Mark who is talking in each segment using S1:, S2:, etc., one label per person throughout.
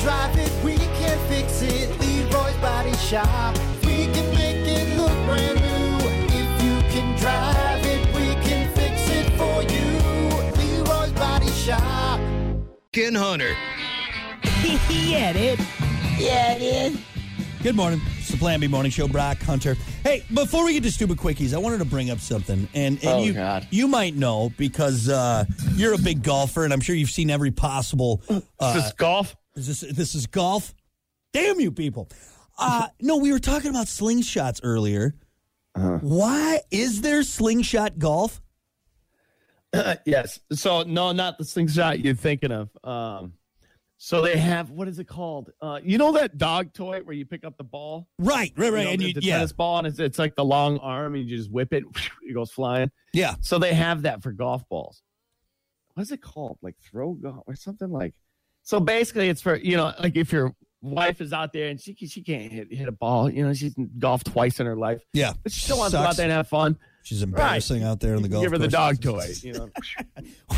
S1: drive it, we can fix it. Leroy's Body Shop. We can make it look brand new. If you can drive it, we can fix it for you. Leroy's Body Shop.
S2: Ken Hunter.
S3: yeah, dude. Yeah, dude.
S4: Good morning. It's the Plan B Morning Show. Brock Hunter. Hey, before we get to stupid quickies, I wanted to bring up something, and, and
S5: Oh,
S4: you
S5: God.
S4: you might know because uh, you're a big golfer, and I'm sure you've seen every possible. Uh,
S5: this is golf.
S4: is this this is golf. Damn you people! Uh, no, we were talking about slingshots earlier.
S5: Uh-huh.
S4: Why is there slingshot golf?
S5: Yes. So no, not the slingshot you're thinking of. Um, so they have what is it called? Uh, you know that dog toy where you pick up the ball,
S4: Right, right,
S5: you
S4: right.
S5: know,
S4: and
S5: the,
S4: you,
S5: the
S4: yeah,
S5: tennis ball, and it's, it's like the long arm, and you just whip it, it goes flying.
S4: yeah.
S5: So they have that for golf balls. What is it called? Like throw golf or something like. So basically, it's for you know, like if your wife is out there and she she can't hit hit a ball, you know, she's golfed twice in her life,
S4: Yeah.
S5: but she still wants to go
S4: Sucks.
S5: out there and have fun.
S4: She's embarrassing out there in the golf.
S5: Give her the
S4: course.
S5: dog toy, you know.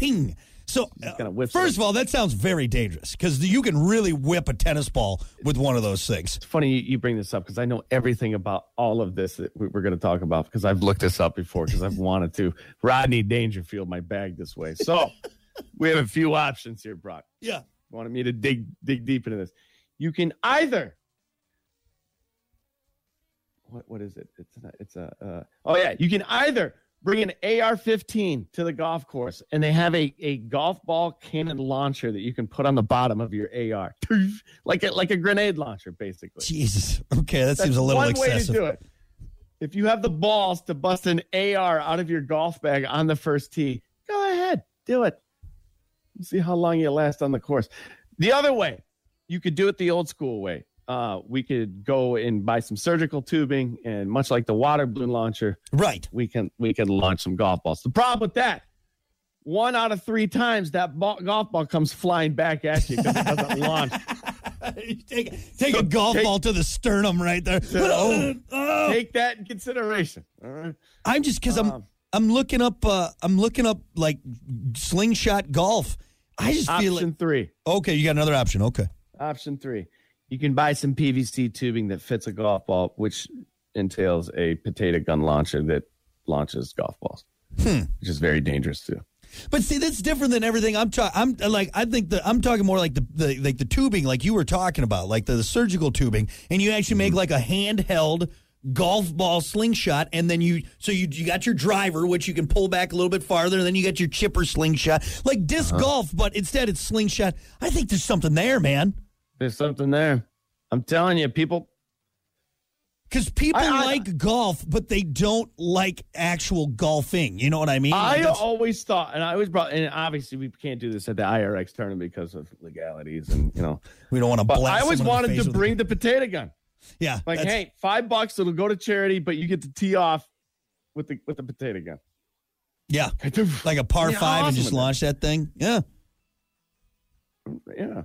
S4: Whing. So, uh,
S5: gonna whip
S4: first
S5: something.
S4: of all, that sounds very dangerous because you can really whip a tennis ball with one of those things.
S5: It's funny you- you bring this up because I know everything about all of this that we- we're going to talk about because I've looked this up before because I've wanted to. Rodney Dangerfield, my bag this way. So we have a few options here, Brock.
S4: Yeah.
S5: Wanted me to dig dig deep into this. You can either what what is it? It's not, it's a uh, oh yeah. You can either bring an AR-15 to the golf course, and they have a a golf ball cannon launcher that you can put on the bottom of your AR, like a, like a grenade launcher, basically.
S4: Jesus. Okay, that seems
S5: That's
S4: a little
S5: one
S4: excessive.
S5: way to do it. If you have the balls to bust an AR out of your golf bag on the first tee, go ahead, do it. See how long you last on the course. The other way, you could do it the old school way. Uh, we could go and buy some surgical tubing, and much like the water balloon launcher,
S4: Right.
S5: we can we can launch some golf balls. The problem with that, one out of three times that ball, golf ball comes flying back at you because it doesn't launch.
S4: You take take a golf
S5: take-
S4: ball to the sternum right there.
S5: Oh.
S4: Oh.
S5: Take that in consideration. All right.
S4: I'm just because I'm
S5: Um,
S4: I'm looking up uh, I'm looking up like slingshot golf. I just feel
S5: Option
S4: like
S5: three.
S4: okay, you got another option. Okay,
S5: Option three, you can buy some PVC tubing that fits a golf ball, which entails a potato gun launcher that launches golf balls,
S4: Hmm.
S5: which is very dangerous too.
S4: but see that's different than everything I'm talking. I'm like I think the I'm talking more like the, the like the tubing like you were talking about like the, the surgical tubing, and you actually
S5: Mm-hmm.
S4: make like a handheld golf ball slingshot, and then you so you you got your driver which you can pull back a little bit farther, and then you got your chipper slingshot like disc
S5: Uh-huh.
S4: golf, but instead it's slingshot. I think there's something there, man.
S5: There's something there. I'm telling you, people.
S4: Because people
S5: I- I-
S4: like golf, but they don't like actual golfing. You know what I mean? Like,
S5: I
S4: that's-
S5: always thought, and I always brought, and obviously we can't do this at the IRX tournament because of legalities, and you know.
S4: we don't want to
S5: But
S4: blast.
S5: I always
S4: someone in the
S5: wanted
S4: face
S5: to
S4: with a-
S5: bring the potato gun.
S4: yeah,
S5: Like,
S4: that's-
S5: hey, five bucks, it'll go to charity, but you get to tee off with the with the potato gun.
S4: yeah, like a par
S5: Yeah,
S4: five and just
S5: awesome.
S4: launch that thing. Yeah,
S5: yeah.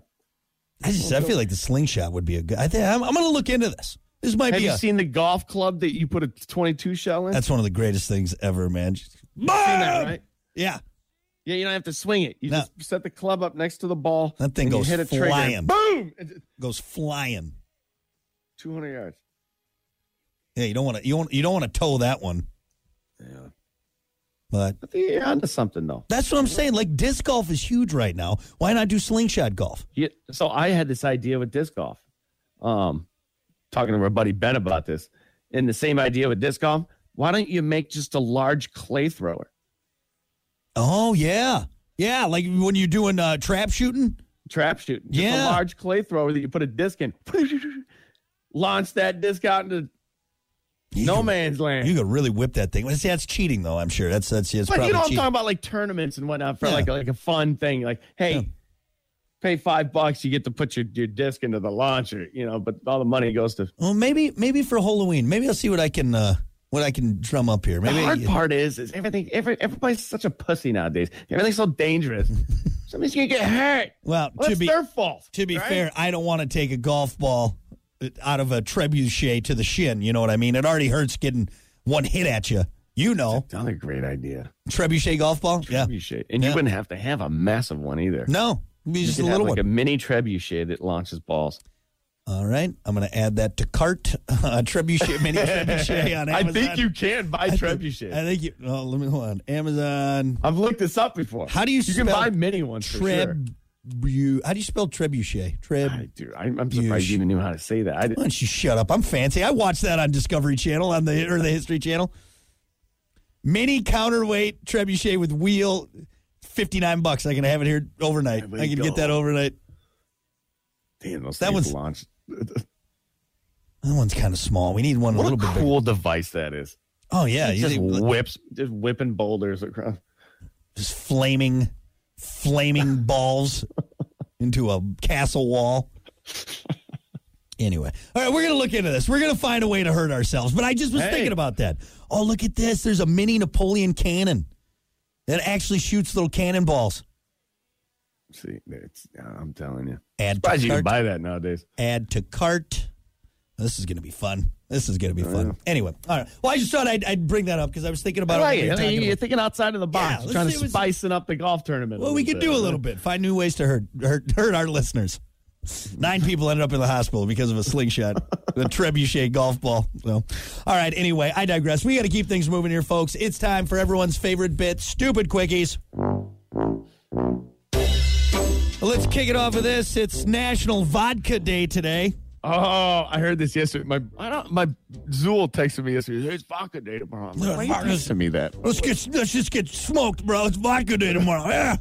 S4: I just I feel like the slingshot would be a good. I think I'm, I'm going to look into this. This might
S5: Have
S4: be.
S5: you
S4: a-
S5: seen the golf club that you put a 22 shell in?
S4: that's one of the greatest things ever, man. Just-
S5: seen
S4: Boom!
S5: that, right?
S4: Yeah,
S5: Yeah, you don't have to swing it. You
S4: No.
S5: just set the club up next to the ball.
S4: That thing
S5: and you
S4: goes
S5: hit a trigger,
S4: flying.
S5: Boom! And it's
S4: goes flying.
S5: 200 yards.
S4: Yeah, you don't want to. You don't. You don't want to tow that one.
S5: Yeah.
S4: But
S5: But you're onto something, though.
S4: that's what I'm saying. Like disc golf is huge right now. Why not do slingshot golf?
S5: Yeah, so I had this idea with disc golf. Um, talking to my buddy Ben about this, and the same idea with disc golf. Why don't you make just a large clay thrower?
S4: Oh yeah, yeah. Like when you're doing uh, trap shooting.
S5: trap shooting. Just
S4: Yeah.
S5: a large clay thrower that you put a disc in. Launch that disc out into no
S4: could-
S5: man's land.
S4: You could really whip that thing. Well, See, that's cheating, though. I'm sure that's that's it's
S5: but
S4: probably
S5: you know, I'm
S4: cheating.
S5: talking about like tournaments and whatnot for
S4: Yeah.
S5: like like a fun thing. Like, hey,
S4: Yeah.
S5: pay five bucks, you get to put your, your disc into the launcher. You know, but all the money goes to.
S4: well, maybe maybe for Halloween, maybe I'll see what I can uh what I can drum up here. Maybe
S5: the hard
S4: I-
S5: part is, is everything. Every, everybody's such a pussy nowadays. Everything's so dangerous. Somebody's gonna get hurt.
S4: Well,
S5: Well,
S4: to
S5: it's
S4: be
S5: their fault.
S4: to be
S5: right?
S4: fair, I don't want to take a golf ball uh, out of a trebuchet to the shin. You know what I mean? It already hurts getting one hit at you. You know,
S5: another great idea.
S4: trebuchet golf ball. Yeah,
S5: Appreciate, and
S4: Yeah.
S5: you wouldn't have to have a massive one either.
S4: no, Maybe just
S5: You
S4: a
S5: could have
S4: little
S5: like
S4: one.
S5: a mini trebuchet that launches balls.
S4: All right, I'm going to add that to cart. Uh, trebuchet, mini trebuchet on
S5: I
S4: Amazon.
S5: think you can buy trebuchet.
S4: I think you. Oh, let me hold on. Amazon.
S5: I've looked this up before.
S4: How do you
S5: You can
S4: spell
S5: buy mini ones for sure.
S4: Treb. How do you spell trebuchet? Treb.
S5: I, dude, I'm, I'm surprised
S4: Huge.
S5: you even knew how to say that. I
S4: Why
S5: didn't.
S4: don't you shut up? I'm fancy. I watched that on Discovery Channel on the or the History Channel. Mini counterweight trebuchet with wheel, fifty nine bucks. I can have it here overnight.
S5: There we
S4: I can
S5: go.
S4: get that overnight.
S5: Damn, those
S4: That
S5: things
S4: one's-
S5: launched.
S4: That one's kind of small. We need one a
S5: What a
S4: little bit bigger.
S5: cool device that is.
S4: Oh yeah,
S5: It
S4: you
S5: just
S4: think-
S5: whips, just whipping boulders across.
S4: just flaming, flaming balls into a castle wall. Anyway, all right, we're gonna look into this. We're gonna find a way to hurt ourselves. But I just was
S5: Hey.
S4: thinking about that. Oh, look at this! There's a mini Napoleon cannon that actually shoots little cannonballs.
S5: See, it's, I'm telling you.
S4: Add to
S5: Surprised you can
S4: cart.
S5: buy that nowadays.
S4: Add to cart. This is gonna be fun. This is gonna be fun.
S5: Oh, yeah.
S4: Anyway, all right. Well, I just thought I'd, I'd bring that up because I was thinking
S5: I
S4: about
S5: like it.
S4: it. when we were
S5: I
S4: talking
S5: mean,
S4: about-
S5: You're thinking outside of the
S4: Yeah,
S5: box,
S4: let's
S5: You're trying
S4: see
S5: to
S4: what's-
S5: spicing up the golf tournament.
S4: Well, we could do a little bit. Find new ways to hurt hurt hurt our listeners. Nine people ended up in the hospital because of a slingshot, the trebuchet golf ball. So, all right. Anyway, I digress. We got to keep things moving here, folks. It's time for everyone's favorite bit: stupid quickies. Let's kick it off with this. It's National Vodka Day today.
S5: Oh, I heard this yesterday. My I don't, my Zool texted me yesterday. There's vodka day tomorrow. I'm
S4: Yeah,
S5: like, Why are you
S4: vodka's-
S5: texting me that?
S4: Let's get let's just get smoked, bro. It's vodka day tomorrow. Yeah.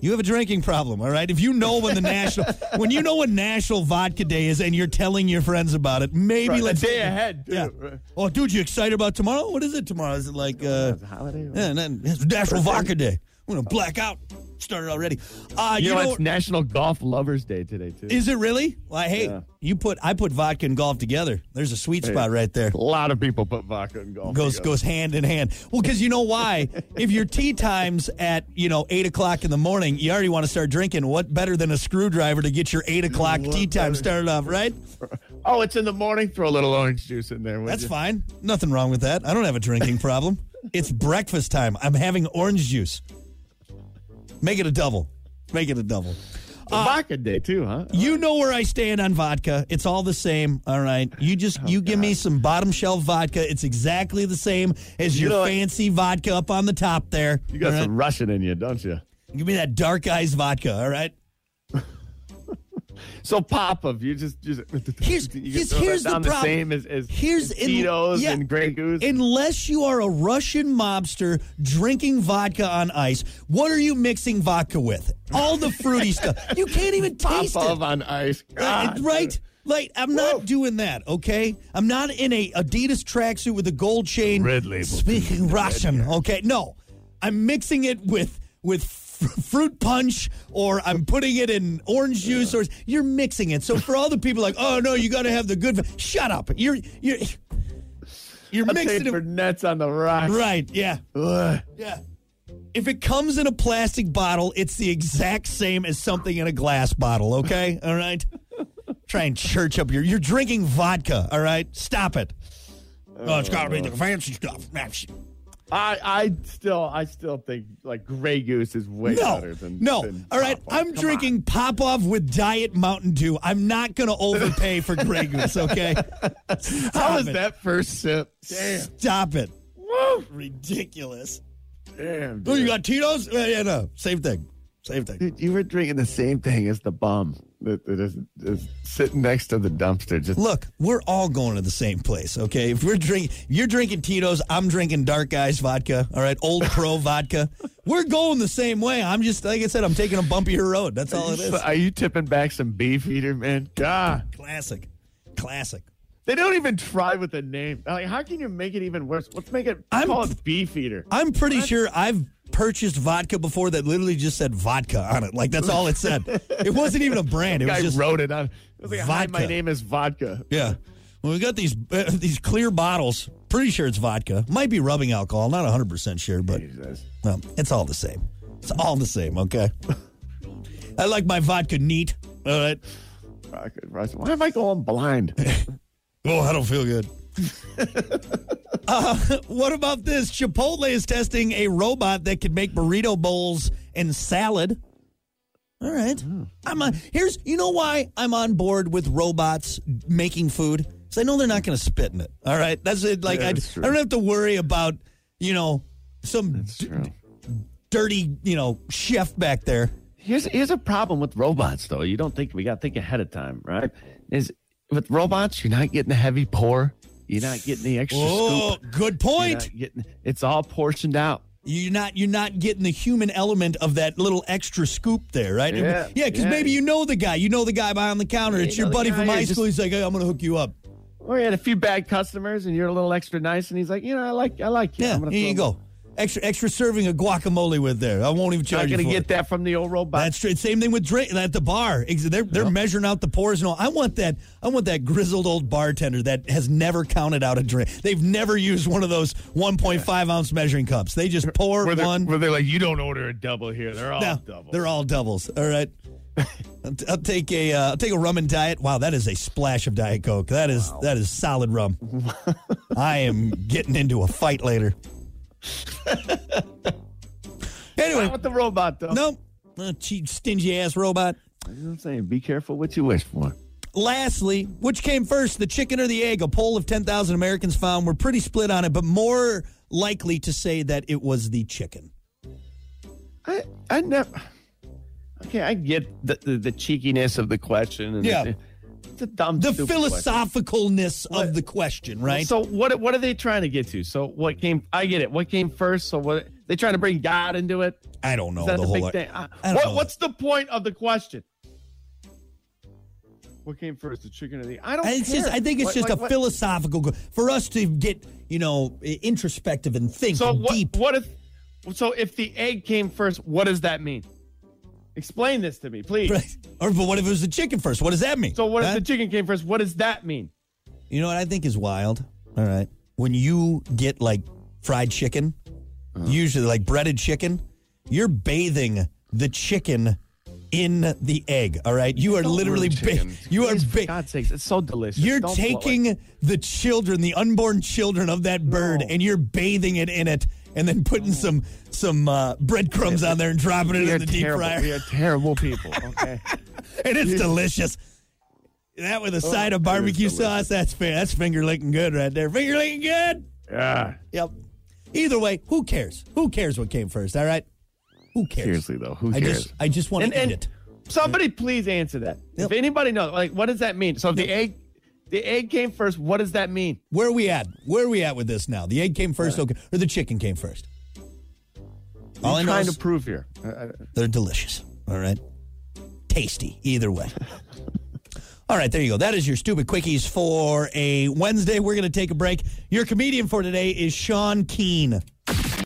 S4: You have a drinking problem, all right? If you know when the national when you know when National Vodka Day is and you're telling your friends about it, maybe
S5: Right, a
S4: let's
S5: day ahead, too,
S4: Yeah.
S5: right.
S4: Oh, dude, you excited about tomorrow? What is it tomorrow? Is it like uh
S5: It's a holiday.
S4: yeah, and then it's National Vodka Day. I'm gonna black out. Started already. Uh
S5: You,
S4: you,
S5: know,
S4: know,
S5: it's National Golf Lovers Day today too.
S4: is it really? Well, hey,
S5: Yeah.
S4: you put I put vodka and golf together. There's a sweet
S5: Hey.
S4: spot right there.
S5: a lot of people put vodka in golf.
S4: goes
S5: together.
S4: goes hand in hand. Well, because you know why? if your tea times at you know eight o'clock in the morning, you already want to start drinking. What better than a screwdriver to get your eight o'clock tea time started off? Right?
S5: Oh, it's in the morning. Throw a little orange juice in there. would
S4: That's
S5: you?
S4: fine. Nothing wrong with that. I don't have a drinking problem. It's breakfast time. I'm having orange juice. Make it a double. Make it a double. Uh,
S5: vodka day too, huh?
S4: You know where I stand on vodka. It's all the same. All right. You just
S5: Oh,
S4: you give me some bottom shelf vodka. It's exactly the same as
S5: You
S4: your
S5: know what?
S4: fancy vodka up on the top there.
S5: You got
S4: all right?
S5: some Russian in you, don't you?
S4: Give me that dark eyes vodka, all right?
S5: So pop of you just just
S4: Here's-
S5: you can
S4: here's-
S5: throw that
S4: here's the
S5: down
S4: problem.
S5: same as, as
S4: Here's
S5: as
S4: in-
S5: Tito's
S4: yeah.
S5: and Grey Goose.
S4: Unless you are a Russian mobster drinking vodka on ice, what are you mixing vodka with? All the fruity stuff. You can't even
S5: pop
S4: taste
S5: of
S4: it.
S5: on ice.
S4: Uh,
S5: God.
S4: right? Like, I'm not doing that, okay? I'm not in a Adidas tracksuit with a gold chain.
S5: Red label.
S4: Speaking Russian, okay? No. I'm mixing it with with fr- fruit punch or I'm putting it in orange juice or you're mixing it. So for all the people like, "Oh no, you got to have the good vi-" Shut up. You're you're you're
S5: I'll
S4: mixing
S5: take
S4: it
S5: for nets on the rocks.
S4: Right, yeah.
S5: Ugh.
S4: Yeah. If it comes in a plastic bottle, it's the exact same as something in a glass bottle, okay? All right? Try and church up your. You're drinking vodka, all right? Stop it. Oh, it's got to be the fancy stuff. Ah, shit.
S5: I I still I still think like Grey Goose is way
S4: No,
S5: better than
S4: no.
S5: than
S4: All right,
S5: Pop Off.
S4: I'm
S5: Come
S4: drinking Popov with Diet Mountain Dew. I'm not going to overpay for Grey Goose, okay?
S5: on. How
S4: Stop
S5: was
S4: it.
S5: that first sip? Damn,
S4: Stop it.
S5: Woo.
S4: Ridiculous.
S5: damn.
S4: Oh, you
S5: dude.
S4: got Tito's? Yeah, yeah, no. Same thing. Same thing.
S5: Dude, you were drinking the same thing as the bum that, that is, is sitting next to the dumpster. Just
S4: Look, we're all going to the same place, okay? If we're drinking, you're drinking Tito's, I'm drinking Dark Eyes vodka, all right? Old Pro vodka. We're going the same way. I'm just, like I said, I'm taking a bumpier road. That's all it is.
S5: Are you tipping back some beefeater, man? God,
S4: Classic. Classic.
S5: they don't even try with the name. Like, how can you make it even worse? Let's make it.
S4: I'm-
S5: call it beefeater.
S4: I'm pretty sure I've purchased vodka before that literally just said vodka on it. Like, that's all it said. it wasn't even a brand. It was
S5: Guy
S4: just,
S5: wrote it on. It was like, Hi, my
S4: Vodka.
S5: name is vodka.
S4: yeah. Well, we got these uh, these clear bottles. Pretty sure it's vodka. Might be rubbing alcohol. Not 100% sure, but.
S5: Jesus.
S4: Well, it's all the same. It's all the same, okay? I like my vodka neat. All right.
S5: Vodka, Russian. Why am I going blind?
S4: Oh, I don't feel good. uh, what about this? Chipotle is testing a robot that can make burrito bowls and salad. All right. I'm on, here's you know why I'm on board with robots making food because I know they're not going to spit in it. All right, that's it. Like
S5: Yeah,
S4: I,
S5: that's
S4: I
S5: true.
S4: don't have to worry about you know some
S5: It's true.
S4: dirty you know chef back there.
S5: Here's here's a problem with robots though. You don't think we got to think ahead of time, right? Is with robots you're not getting the heavy pour, you're not getting the extra
S4: Oh,
S5: scoop,
S4: good
S5: you're
S4: point.
S5: not getting, it's all portioned out.
S4: You're not you're not getting the human element of that little extra scoop there, right?
S5: Yeah,
S4: because
S5: yeah.
S4: maybe you know the guy, you know the guy behind the counter.
S5: you
S4: It's your
S5: know the
S4: buddy
S5: guy,
S4: from high
S5: you're
S4: school. He's like, hey, I'm going to hook you up.
S5: Or you had a few bad customers and you're a little extra nice, and he's like, you know, I like I like you.
S4: Yeah,
S5: I'm gonna
S4: here
S5: throw-
S4: you go. Extra extra serving of guacamole with there. I won't even
S5: Not
S4: charge
S5: gonna
S4: you for
S5: get
S4: it.
S5: that from the old robot.
S4: That's true. Same thing with drink at the bar. Ex- They're they're measuring out the pours and all. I want that. I want that grizzled old bartender that has never counted out a drink. They've never used one of those 1.5 ounce measuring cups. They just pour
S2: Where they're,
S4: one.
S2: where they're like, you don't order a double here. They're all
S4: No,
S2: double.
S4: they're all doubles. All right. I'll, t- I'll take a uh, I'll take a rum and diet. Wow, that is a splash of diet coke. That is that is solid rum. I am getting into a fight later.
S5: Not
S4: anyway,
S5: with the robot though.
S4: no, uh, cheap stingy ass robot.
S5: You know what I'm saying? Be careful what you wish for.
S4: Lastly, which came first, the chicken or the egg? A poll of 10,000 Americans found were pretty split on it, but more likely to say that it was the chicken.
S5: I I never. Okay, I get the, the, the cheekiness of the question. And
S4: Yeah.
S5: the, it's a dumb,
S4: The
S5: stupid question.
S4: philosophicalness of
S5: What?
S4: the question, right?
S5: So what what are they trying to get to? So what came? I get it. What came first? So what they trying to bring God into it? Is
S4: I don't know
S5: that
S4: Oh, the
S5: the,
S4: whole
S5: big
S4: ar-
S5: thing? I-
S4: I don't
S5: what,
S4: know.
S5: what's the point of the question? What came first, the chicken or the? I don't.
S4: I- It's
S5: care.
S4: just, I think it's
S5: What-
S4: just
S5: like,
S4: a
S5: what-
S4: philosophical go- for us to get you know i- introspective and think
S5: So
S4: and
S5: what?
S4: deep.
S5: What if? So if the egg came first, what does that mean? Explain this to me, please.
S4: Right. Or but what if it was the chicken first? What does that mean?
S5: So what if
S4: Huh?
S5: the chicken came first? What does that mean?
S4: you know what I think is wild. All right, when you get like fried chicken,
S5: Uh-huh.
S4: usually like breaded chicken, you're bathing the chicken in the egg. All right, you are
S5: Don't
S4: literally
S5: ruin
S4: ba-
S5: chicken.
S4: you are
S5: Please, for
S4: ba-
S5: God's sakes, it's so delicious.
S4: you're
S5: Don't blow it.
S4: taking the children, the unborn children of that bird,
S5: No.
S4: and you're bathing it in it, and then putting some some uh, breadcrumbs on there and dropping it
S5: We are
S4: in the deep
S5: terrible. We
S4: fryer,
S5: are terrible people. Okay.
S4: and it's delicious. That
S5: Oh,
S4: with a side of barbecue sauce, that's fair. That's finger licking good right there. Finger licking good.
S5: yeah.
S4: Yep. Either way, who cares? Who cares what came first? All right. Who cares?
S5: Seriously though, who
S4: I
S5: cares?
S4: just I just want
S5: and,
S4: to eat
S5: and
S4: it.
S5: somebody please answer that.
S4: Yep.
S5: If anybody knows, like, what does that mean? So if the egg, the egg came first. What does that mean?
S4: Where are we at? Where are we at with this now? The egg came first, okay, or the chicken came first? All I
S5: I'm
S4: know
S5: trying
S4: is-
S5: to prove here. I- I-
S4: They're delicious. All right. Tasty, either way. All right, there you go. That is your stupid quickies for a Wednesday. We're going to take a break. Your comedian for today is Sean Keane.